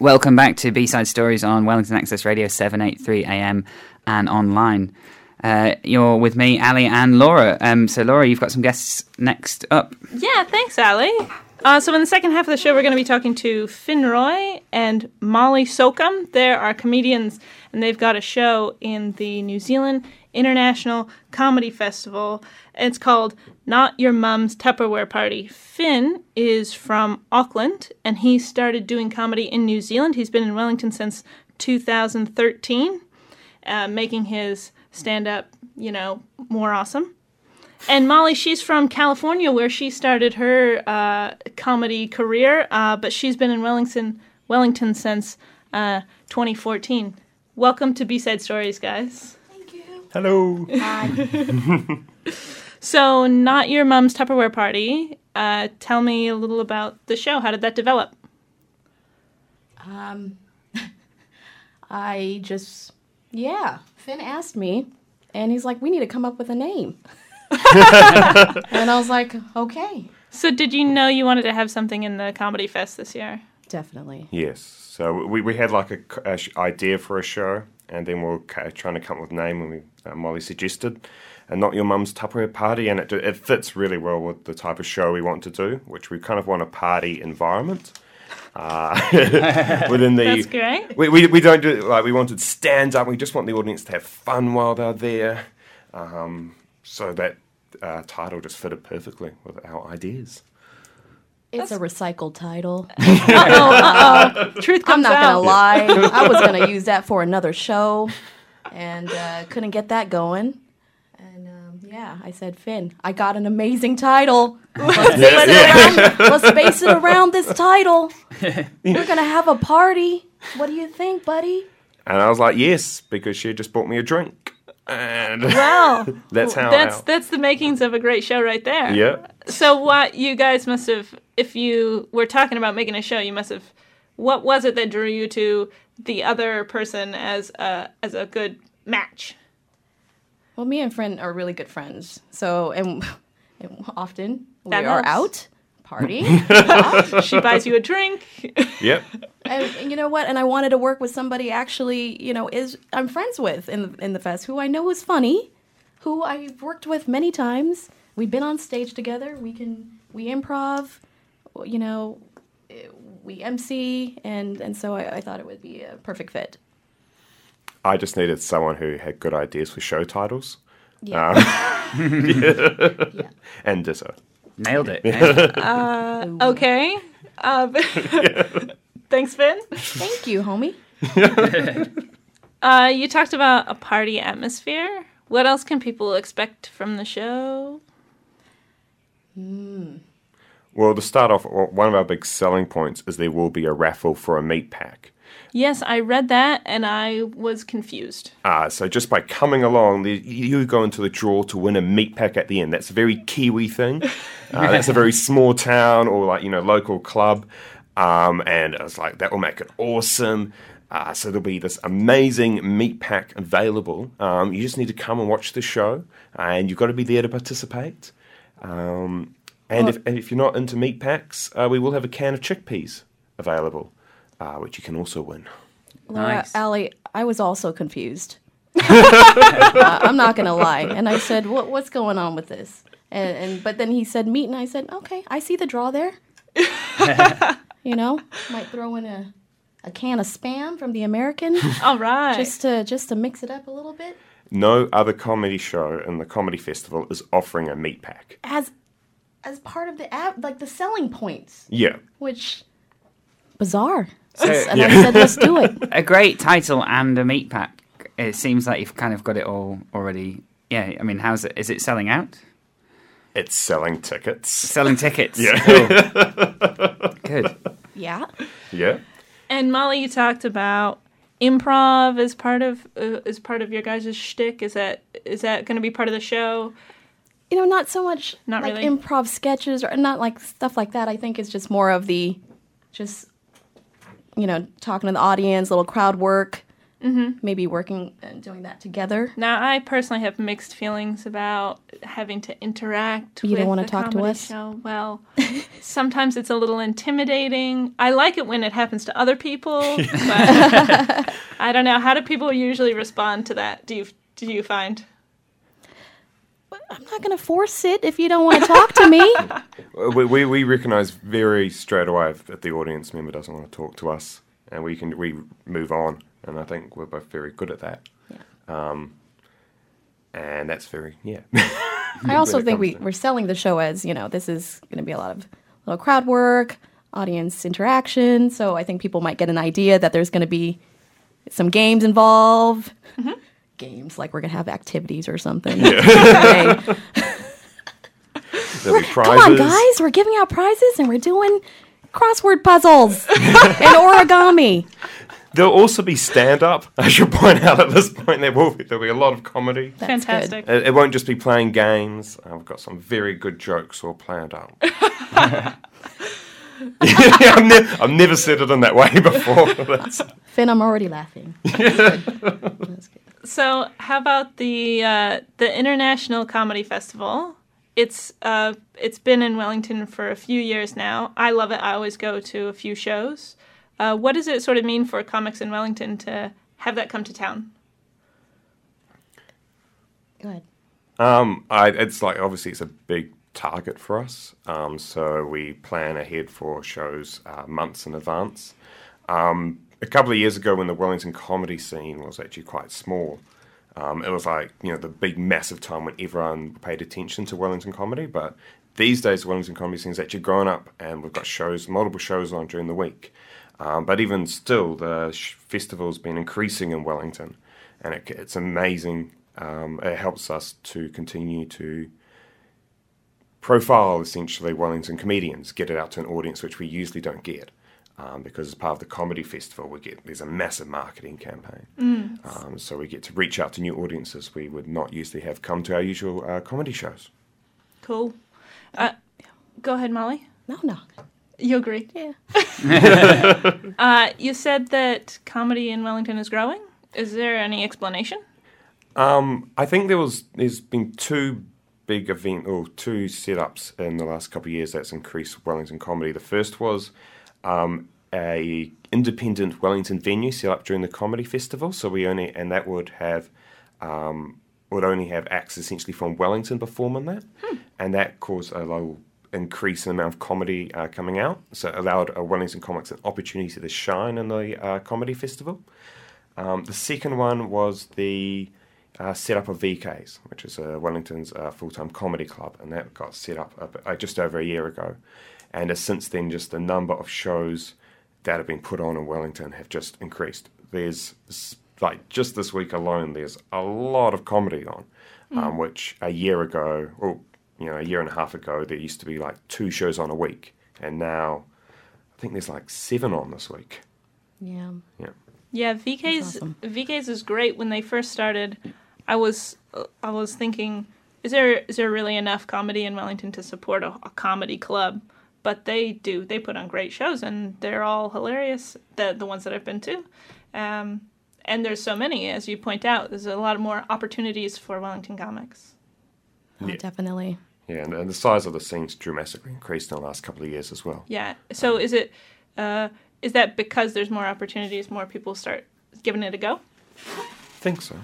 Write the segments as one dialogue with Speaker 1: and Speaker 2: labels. Speaker 1: Welcome back to B Side Stories on Wellington Access Radio 783 AM and online. Uh, you're with me, Ali, and Laura. Um, so, Laura, you've got some guests next up.
Speaker 2: Yeah, thanks, Ali. Uh, so, in the second half of the show, we're going to be talking to Finn Roy and Molly Sokum. They are comedians, and they've got a show in the New Zealand International Comedy Festival. It's called Not Your Mum's Tupperware Party. Finn is from Auckland, and he started doing comedy in New Zealand. He's been in Wellington since 2013, uh, making his stand up, you know, more awesome. And Molly, she's from California, where she started her uh, comedy career, uh, but she's been in Wellington, Wellington since uh, 2014. Welcome to B Side Stories, guys.
Speaker 3: Hello.
Speaker 2: So, not your mom's Tupperware party. Uh, tell me a little about the show. How did that develop?
Speaker 4: I just, yeah. Finn asked me, and he's like, we need to come up with a name. and I was like, okay.
Speaker 2: So, did you know you wanted to have something in the comedy fest this year?
Speaker 4: Definitely.
Speaker 3: Yes. So we, we had like a, c- a sh- idea for a show, and then we were ca- trying to come up with a name, and we, uh, Molly suggested, and not your mum's Tupperware party, and it do- it fits really well with the type of show we want to do, which we kind of want a party environment. Uh, within the
Speaker 2: That's great.
Speaker 3: We, we, we don't do it like we wanted stand up. We just want the audience to have fun while they're there. Um, so that uh, title just fitted perfectly with our ideas.
Speaker 4: It's a recycled title.
Speaker 2: Truth
Speaker 4: I'm
Speaker 2: comes
Speaker 4: not
Speaker 2: out.
Speaker 4: going to lie. I was going to use that for another show and uh, couldn't get that going. And um, yeah, I said, Finn, I got an amazing title.
Speaker 3: Yeah,
Speaker 4: Let's base it around this title. We're going to have a party. What do you think, buddy?
Speaker 3: And I was like, yes, because she had just bought me a drink. And
Speaker 2: Wow.
Speaker 3: that's how.
Speaker 2: That's
Speaker 3: our-
Speaker 2: that's the makings of a great show right there.
Speaker 3: yeah.
Speaker 2: So what you guys must have, if you were talking about making a show, you must have. What was it that drew you to the other person as a as a good match?
Speaker 4: Well, me and friend are really good friends. So, and, and often we
Speaker 2: That
Speaker 4: are
Speaker 2: helps.
Speaker 4: out party.
Speaker 2: She buys you a drink.
Speaker 3: Yep.
Speaker 4: and you know what? And I wanted to work with somebody actually, you know, is I'm friends with in the, in the fest who I know is funny, who I've worked with many times. We've been on stage together. We can we improv, you know, eh, we MC, and and so I, I thought it would be a perfect fit.
Speaker 3: I just needed someone who had good ideas for show titles
Speaker 4: Yeah.
Speaker 3: and ditto.
Speaker 1: Nailed it. eh?
Speaker 2: Okay. Uh, thanks, Finn.
Speaker 4: Thank you, homie.
Speaker 2: Uh, you talked about a party atmosphere. What else can people expect from the show?
Speaker 3: Well, to start off, o- one of our big selling points is there will be a raffle for a meat pack.
Speaker 2: Yes, I read that and I was confused.
Speaker 3: Ah, so just by coming along, the, you go into the draw to win a meat pack at the end. That's a very Kiwi thing. Uh, that's a very small town or like you know local club, um, and it's like that will make it awesome. Uh, so there'll be this amazing meat pack available. Um, you just need to come and watch the show, and you've got to be there to participate. Um, and, if, and if you're not into meat packs, uh, we will have a can of chickpeas available, uh, which you can also win.
Speaker 4: Laura,
Speaker 1: Nice.
Speaker 4: Allie, I was also confused. Uh, I'm not gonna lie, and I said, "What what's going on with this?" And, and but then he said meat, and I said, "Okay, I see the draw there." you know, might throw in a a can of spam from the American
Speaker 2: All right.
Speaker 4: just to just to mix it up a little bit.
Speaker 3: No other comedy show in the comedy festival is offering a meat pack.
Speaker 4: As as part of the app, like the selling points,
Speaker 3: Yeah.
Speaker 4: which bizarre.
Speaker 1: so,
Speaker 4: And I said, "Let's do it."
Speaker 1: a great title and a meat pack. It seems like you've kind of got it all already. Yeah, I mean, how's it? Is it selling out?
Speaker 3: It's selling tickets.
Speaker 1: Selling tickets. Yeah. Cool. Good.
Speaker 4: Yeah,
Speaker 3: Yeah.
Speaker 2: And Molly, you talked about improv as part of uh, as part of your guys' shtick. Is that is that going to be part of the show?
Speaker 4: you know, not so much
Speaker 2: Not
Speaker 4: like
Speaker 2: really.
Speaker 4: improv sketches or not like stuff like that. I think it's just more of the just you know, talking to the audience, little crowd work,
Speaker 2: Mm-hmm.
Speaker 4: maybe working and doing that together.
Speaker 2: Now, I personally have mixed feelings about having to interact.
Speaker 4: You
Speaker 2: with
Speaker 4: don't wanna
Speaker 2: a
Speaker 4: talk to
Speaker 2: comedy
Speaker 4: us?
Speaker 2: Show. Well, sometimes it's a little intimidating. I like it when it happens to other people, but I don't know. How do people usually respond to that? Do you do you find?
Speaker 4: I'm not going to force it if you don't want to talk to me.
Speaker 3: We, we, we recognise very straight away if, if the audience member doesn't want to talk to us, and we can we move on. And I think we're both very good at that. Um, and that's very yeah.
Speaker 4: I also
Speaker 3: it
Speaker 4: think
Speaker 3: comes
Speaker 4: we,
Speaker 3: to-
Speaker 4: we're selling the show as, you know, this is going to be a lot of little crowd work, audience interaction. So I think people might get an idea that there's going to be some games involved.
Speaker 2: Mm-hmm.
Speaker 4: Games, like we're going to have activities or something. Okay.
Speaker 3: There'll be
Speaker 4: Come
Speaker 3: prizes.
Speaker 4: on, guys. We're giving out prizes and we're doing crossword puzzles and origami.
Speaker 3: There'll also be stand up. I should point out at this point there will be, there'll be a lot of comedy.
Speaker 4: That's good.
Speaker 2: Fantastic.
Speaker 3: It, it won't just be playing games. I've got some very good jokes all planned out. I've, ne- I've never said it in that way before. That's-
Speaker 4: Finn, I'm already laughing.
Speaker 2: So, how about the uh, the International Comedy Festival? It's uh, it's been in Wellington for a few years now. I love it. I always go to a few shows. Uh, what does it sort of mean for comics in Wellington to have that come to town?
Speaker 4: Go ahead.
Speaker 3: Um, I, it's like obviously it's a big target for us, um, so we plan ahead for shows uh, months in advance. Um, a couple of years ago, when the Wellington comedy scene was actually quite small, um, it was like you know the big massive time when everyone paid attention to Wellington comedy. But these days, the Wellington comedy scene's actually grown up, and we've got shows, multiple shows on during the week. Um, but even still, the sh- festival's been increasing in Wellington, and it, c- it's amazing. Um, it helps us to continue to profile essentially Wellington comedians, get it out to an audience which we usually don't get. Um, because as part of the comedy festival, we get there's a massive marketing campaign, um, so we get to reach out to new audiences we would not usually have come to our usual uh, comedy shows.
Speaker 2: Cool. Uh, go ahead, Molly.
Speaker 4: No, no.
Speaker 2: You agree?
Speaker 4: Yeah.
Speaker 2: Uh, you said that comedy in Wellington is growing. Is there any explanation?
Speaker 3: Um, I think there was there's been two big event or two setups in the last couple of years that's increased Wellington comedy. The first was um, a independent Wellington venue set up during the comedy festival, so we only and that would have um, would only have acts essentially from Wellington perform in that, and that caused a low increase in the amount of comedy uh, coming out. So it allowed uh, Wellington comics an opportunity to shine in the uh, comedy festival. Um, the second one was the uh, setup of VKs, which is uh, Wellington's uh, full-time comedy club, and that got set up a bit- uh, just over a year ago. And uh, since then, just the number of shows that have been put on in Wellington have just increased. There's s- like just this week alone, there's a lot of comedy on, um, which a year ago, or you know, a year and a half ago, there used to be like two shows on a week, and now I think there's like seven on this week.
Speaker 4: Yeah.
Speaker 3: Yeah.
Speaker 2: Yeah, VK's
Speaker 4: awesome.
Speaker 2: VK's is great. When they first started, I was uh, I was thinking, is there is there really enough comedy in Wellington to support a, a comedy club? But they do. They put on great shows, and they're all hilarious. The the ones that I've been to, um, and there's so many, as you point out. There's a lot more opportunities for Wellington comics.
Speaker 4: Oh, Definitely.
Speaker 3: Yeah, and, and the size of the scene's dramatically increased in the last couple of years as well.
Speaker 2: Yeah. So is it uh, is that because there's more opportunities, more people start giving it a go?
Speaker 3: I think so.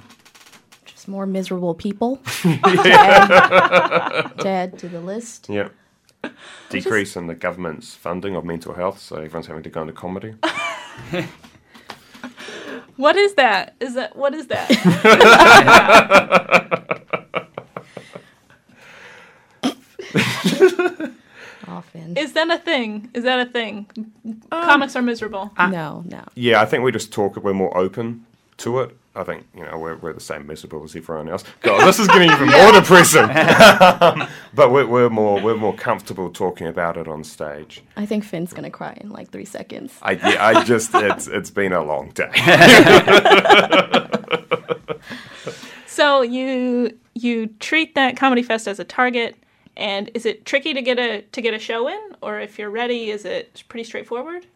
Speaker 4: Just more miserable people. Dead. Dead to the list.
Speaker 3: Yeah. Decrease in the government's funding of mental health, so everyone's having to go into comedy.
Speaker 2: What is that? Is that what is that?
Speaker 4: Often.
Speaker 2: Is that a thing? Is that a thing? Um, Comics are miserable.
Speaker 4: no, no.
Speaker 3: yeah, I think we just talk, we're more open to it. I think, you know, we're, we're the same miserable as everyone else. God, this is getting even more depressing. but we're, we're, more, we're more comfortable talking about it on stage.
Speaker 4: I think Finn's gonna cry in like three seconds.
Speaker 3: I, yeah, I just, it's, it's been a long day.
Speaker 2: So you you treat that comedy fest as a target, and is it tricky to get a to get a show in, or if you're ready, is it pretty straightforward?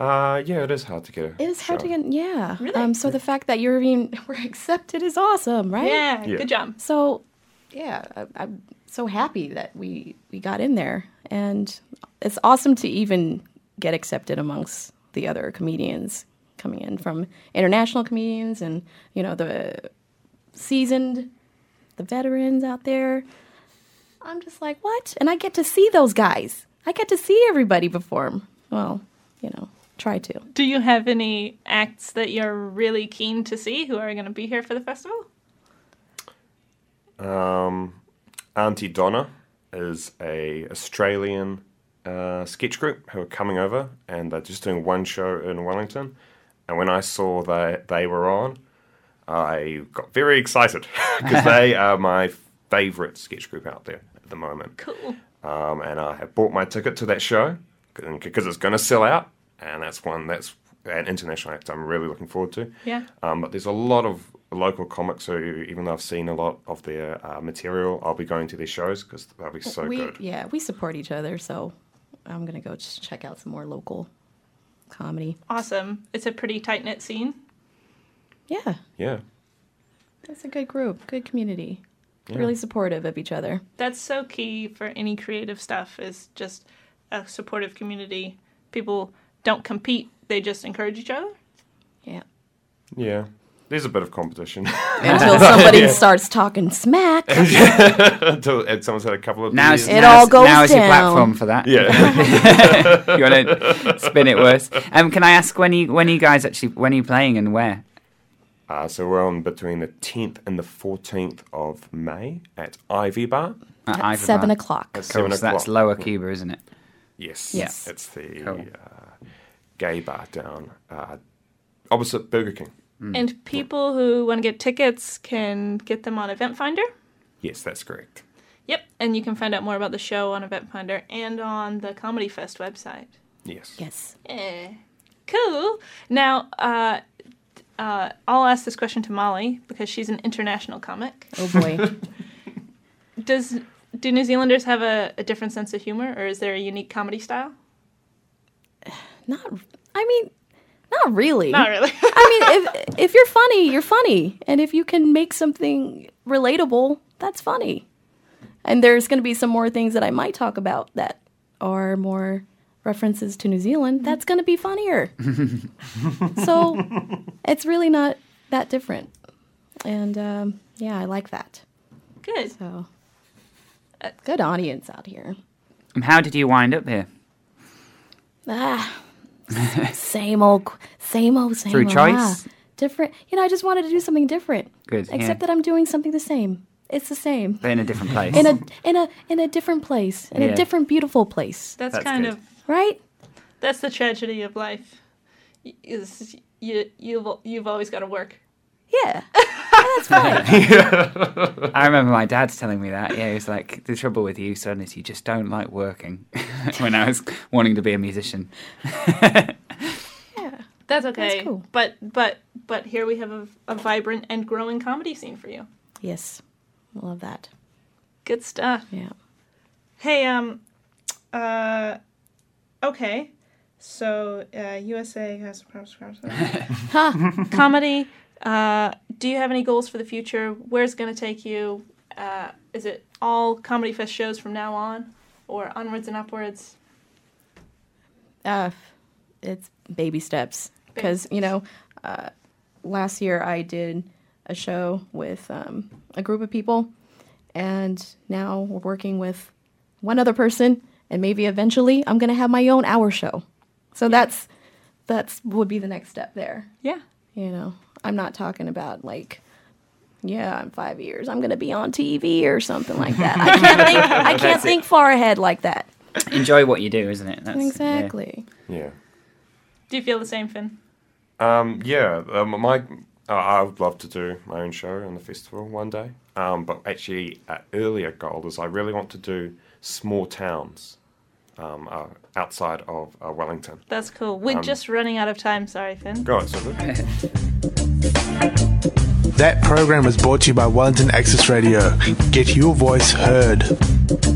Speaker 3: Uh, yeah, it is hard to get a
Speaker 4: It is hard to
Speaker 3: show.
Speaker 4: get. Yeah.
Speaker 2: Really?
Speaker 4: Um, so the fact that you're being we're accepted is awesome, right?
Speaker 2: Yeah,
Speaker 3: Yeah.
Speaker 2: good job.
Speaker 4: So, yeah, I, I'm so happy that we we got in there, and it's awesome to even get accepted amongst the other comedians coming in from international comedians and you know the seasoned, the veterans out there. I'm just like, what? And I get to see those guys. I get to see everybody perform. Well, you know, try to.
Speaker 2: Do you have any acts that you're really keen to see who are going to be here for the festival?
Speaker 3: Auntie Donna is a Australian uh, sketch group who are coming over, and they're just doing one show in Wellington. And when I saw that they were on, I got very excited because they are my favourite sketch group out there at the moment.
Speaker 2: Cool.
Speaker 3: Um, and I have bought my ticket to that show because it's going to sell out, and that's one that's an international act I'm really looking forward to.
Speaker 2: Yeah.
Speaker 3: Um, but there's a lot of local comics who, even though I've seen a lot of their uh, material, I'll be going to their shows because they'll be so
Speaker 4: we
Speaker 3: good.
Speaker 4: yeah, we support each other, so I'm gonna go just check out some more local comedy.
Speaker 2: Awesome. It's a pretty tight knit scene.
Speaker 4: Yeah,
Speaker 3: Yeah.
Speaker 4: it's a good group, good community, really supportive of each other.
Speaker 2: That's so key for any creative stuff is just a supportive community. People don't compete, they just encourage each other.
Speaker 4: Yeah,
Speaker 3: Yeah. There's a bit of competition
Speaker 4: until somebody starts talking smack.
Speaker 3: until and someone's had a couple of
Speaker 1: Now
Speaker 3: beers.
Speaker 1: it's,
Speaker 4: It
Speaker 1: now
Speaker 4: all
Speaker 1: it's-
Speaker 4: goes
Speaker 1: now is your
Speaker 4: down.
Speaker 1: platform for that.
Speaker 3: yeah.
Speaker 1: you want to spin it worse. Um, can I ask when you when you guys actually when are you playing and where?
Speaker 3: uh, so we're on between the 10th and the 14th of May at Ivy Bar.
Speaker 1: At
Speaker 4: At
Speaker 1: Ivor
Speaker 4: seven
Speaker 1: Bar.
Speaker 4: o'clock.
Speaker 3: At
Speaker 1: Cool, so that's Lower Cuba, isn't it?
Speaker 3: Yes.
Speaker 4: Yes.
Speaker 3: It's the
Speaker 1: Cool.
Speaker 3: uh, gay bar down uh, opposite Burger King.
Speaker 2: And people who want to get tickets can get them on Event Finder.
Speaker 3: Yes, that's correct.
Speaker 2: Yep. And you can find out more about the show on Event Finder and on the Comedy Fest website.
Speaker 3: Yes.
Speaker 4: Yes.
Speaker 2: Eh, cool. Now, uh, uh, I'll ask this question to Molly because she's an international comic.
Speaker 4: Oh boy.
Speaker 2: Does do New Zealanders have a, a different sense of humor, or is there a unique comedy style?
Speaker 4: not. I mean, not really.
Speaker 2: Not really.
Speaker 4: I mean, if if you're funny, you're funny, and if you can make something relatable, that's funny. And there's going to be some more things that I might talk about that are more references to New Zealand. That's going to be funnier. so it's really not that different. And um, yeah, I like that.
Speaker 2: Good.
Speaker 4: So good audience out here.
Speaker 1: And Um, how did you wind up here?
Speaker 4: Ah, same old, qu- same old, same
Speaker 1: Through
Speaker 4: old.
Speaker 1: choice?
Speaker 4: ah. different. You know, I just wanted to do something different.
Speaker 1: Good, yeah.
Speaker 4: Except that I'm doing something the same. It's the same
Speaker 1: But in a different place.
Speaker 4: in a in a in a different place, in
Speaker 1: Yeah.
Speaker 4: a different beautiful place,
Speaker 2: That's,
Speaker 1: That's
Speaker 2: kind
Speaker 1: good.
Speaker 2: of
Speaker 4: right?
Speaker 2: that's the tragedy of life. y- Is you you've you've always got to work.
Speaker 4: Yeah, that's fine.
Speaker 1: I remember my dad telling me that. Yeah, he was like, "The trouble with you, son, is you just don't like working." when I was wanting to be a musician,
Speaker 4: Yeah.
Speaker 2: That's okay.
Speaker 4: cool.
Speaker 2: But but but here we have a, a vibrant and growing comedy scene for you.
Speaker 4: Yes, I love that.
Speaker 2: Good stuff.
Speaker 4: Yeah.
Speaker 2: Hey, um, uh, okay. So, uh, USA has comedy. Uh, do you have any goals for the future? Where's it going to take you? Uh, is it all Comedy Fest shows from now on or onwards and upwards?
Speaker 4: Uh, it's baby steps
Speaker 2: Baby
Speaker 4: because you know, uh, last year I did a show with um, a group of people, and now we're working with one other person, and maybe eventually I'm gonna have my own hour show. So that's that's would be the next step there.
Speaker 2: Yeah.
Speaker 4: You know, I'm not talking about like. Yeah, in five years, I'm gonna be on TV or something like that. I can't think. I can't think far ahead like that.
Speaker 1: enjoy what you do, isn't it? That's, yeah.
Speaker 4: Exactly.
Speaker 3: Yeah.
Speaker 2: Do you feel the same, Finn?
Speaker 3: Um, yeah, um, my uh, I would love to do my own show in the festival one day. Um, but actually, uh, earlier goal is I really want to do small towns um, uh, outside of uh, Wellington.
Speaker 2: That's cool. We're just running out of time. Sorry, Finn.
Speaker 3: Go on, Silver.
Speaker 5: That program is brought to you by Wellington Access Radio. Get your voice heard.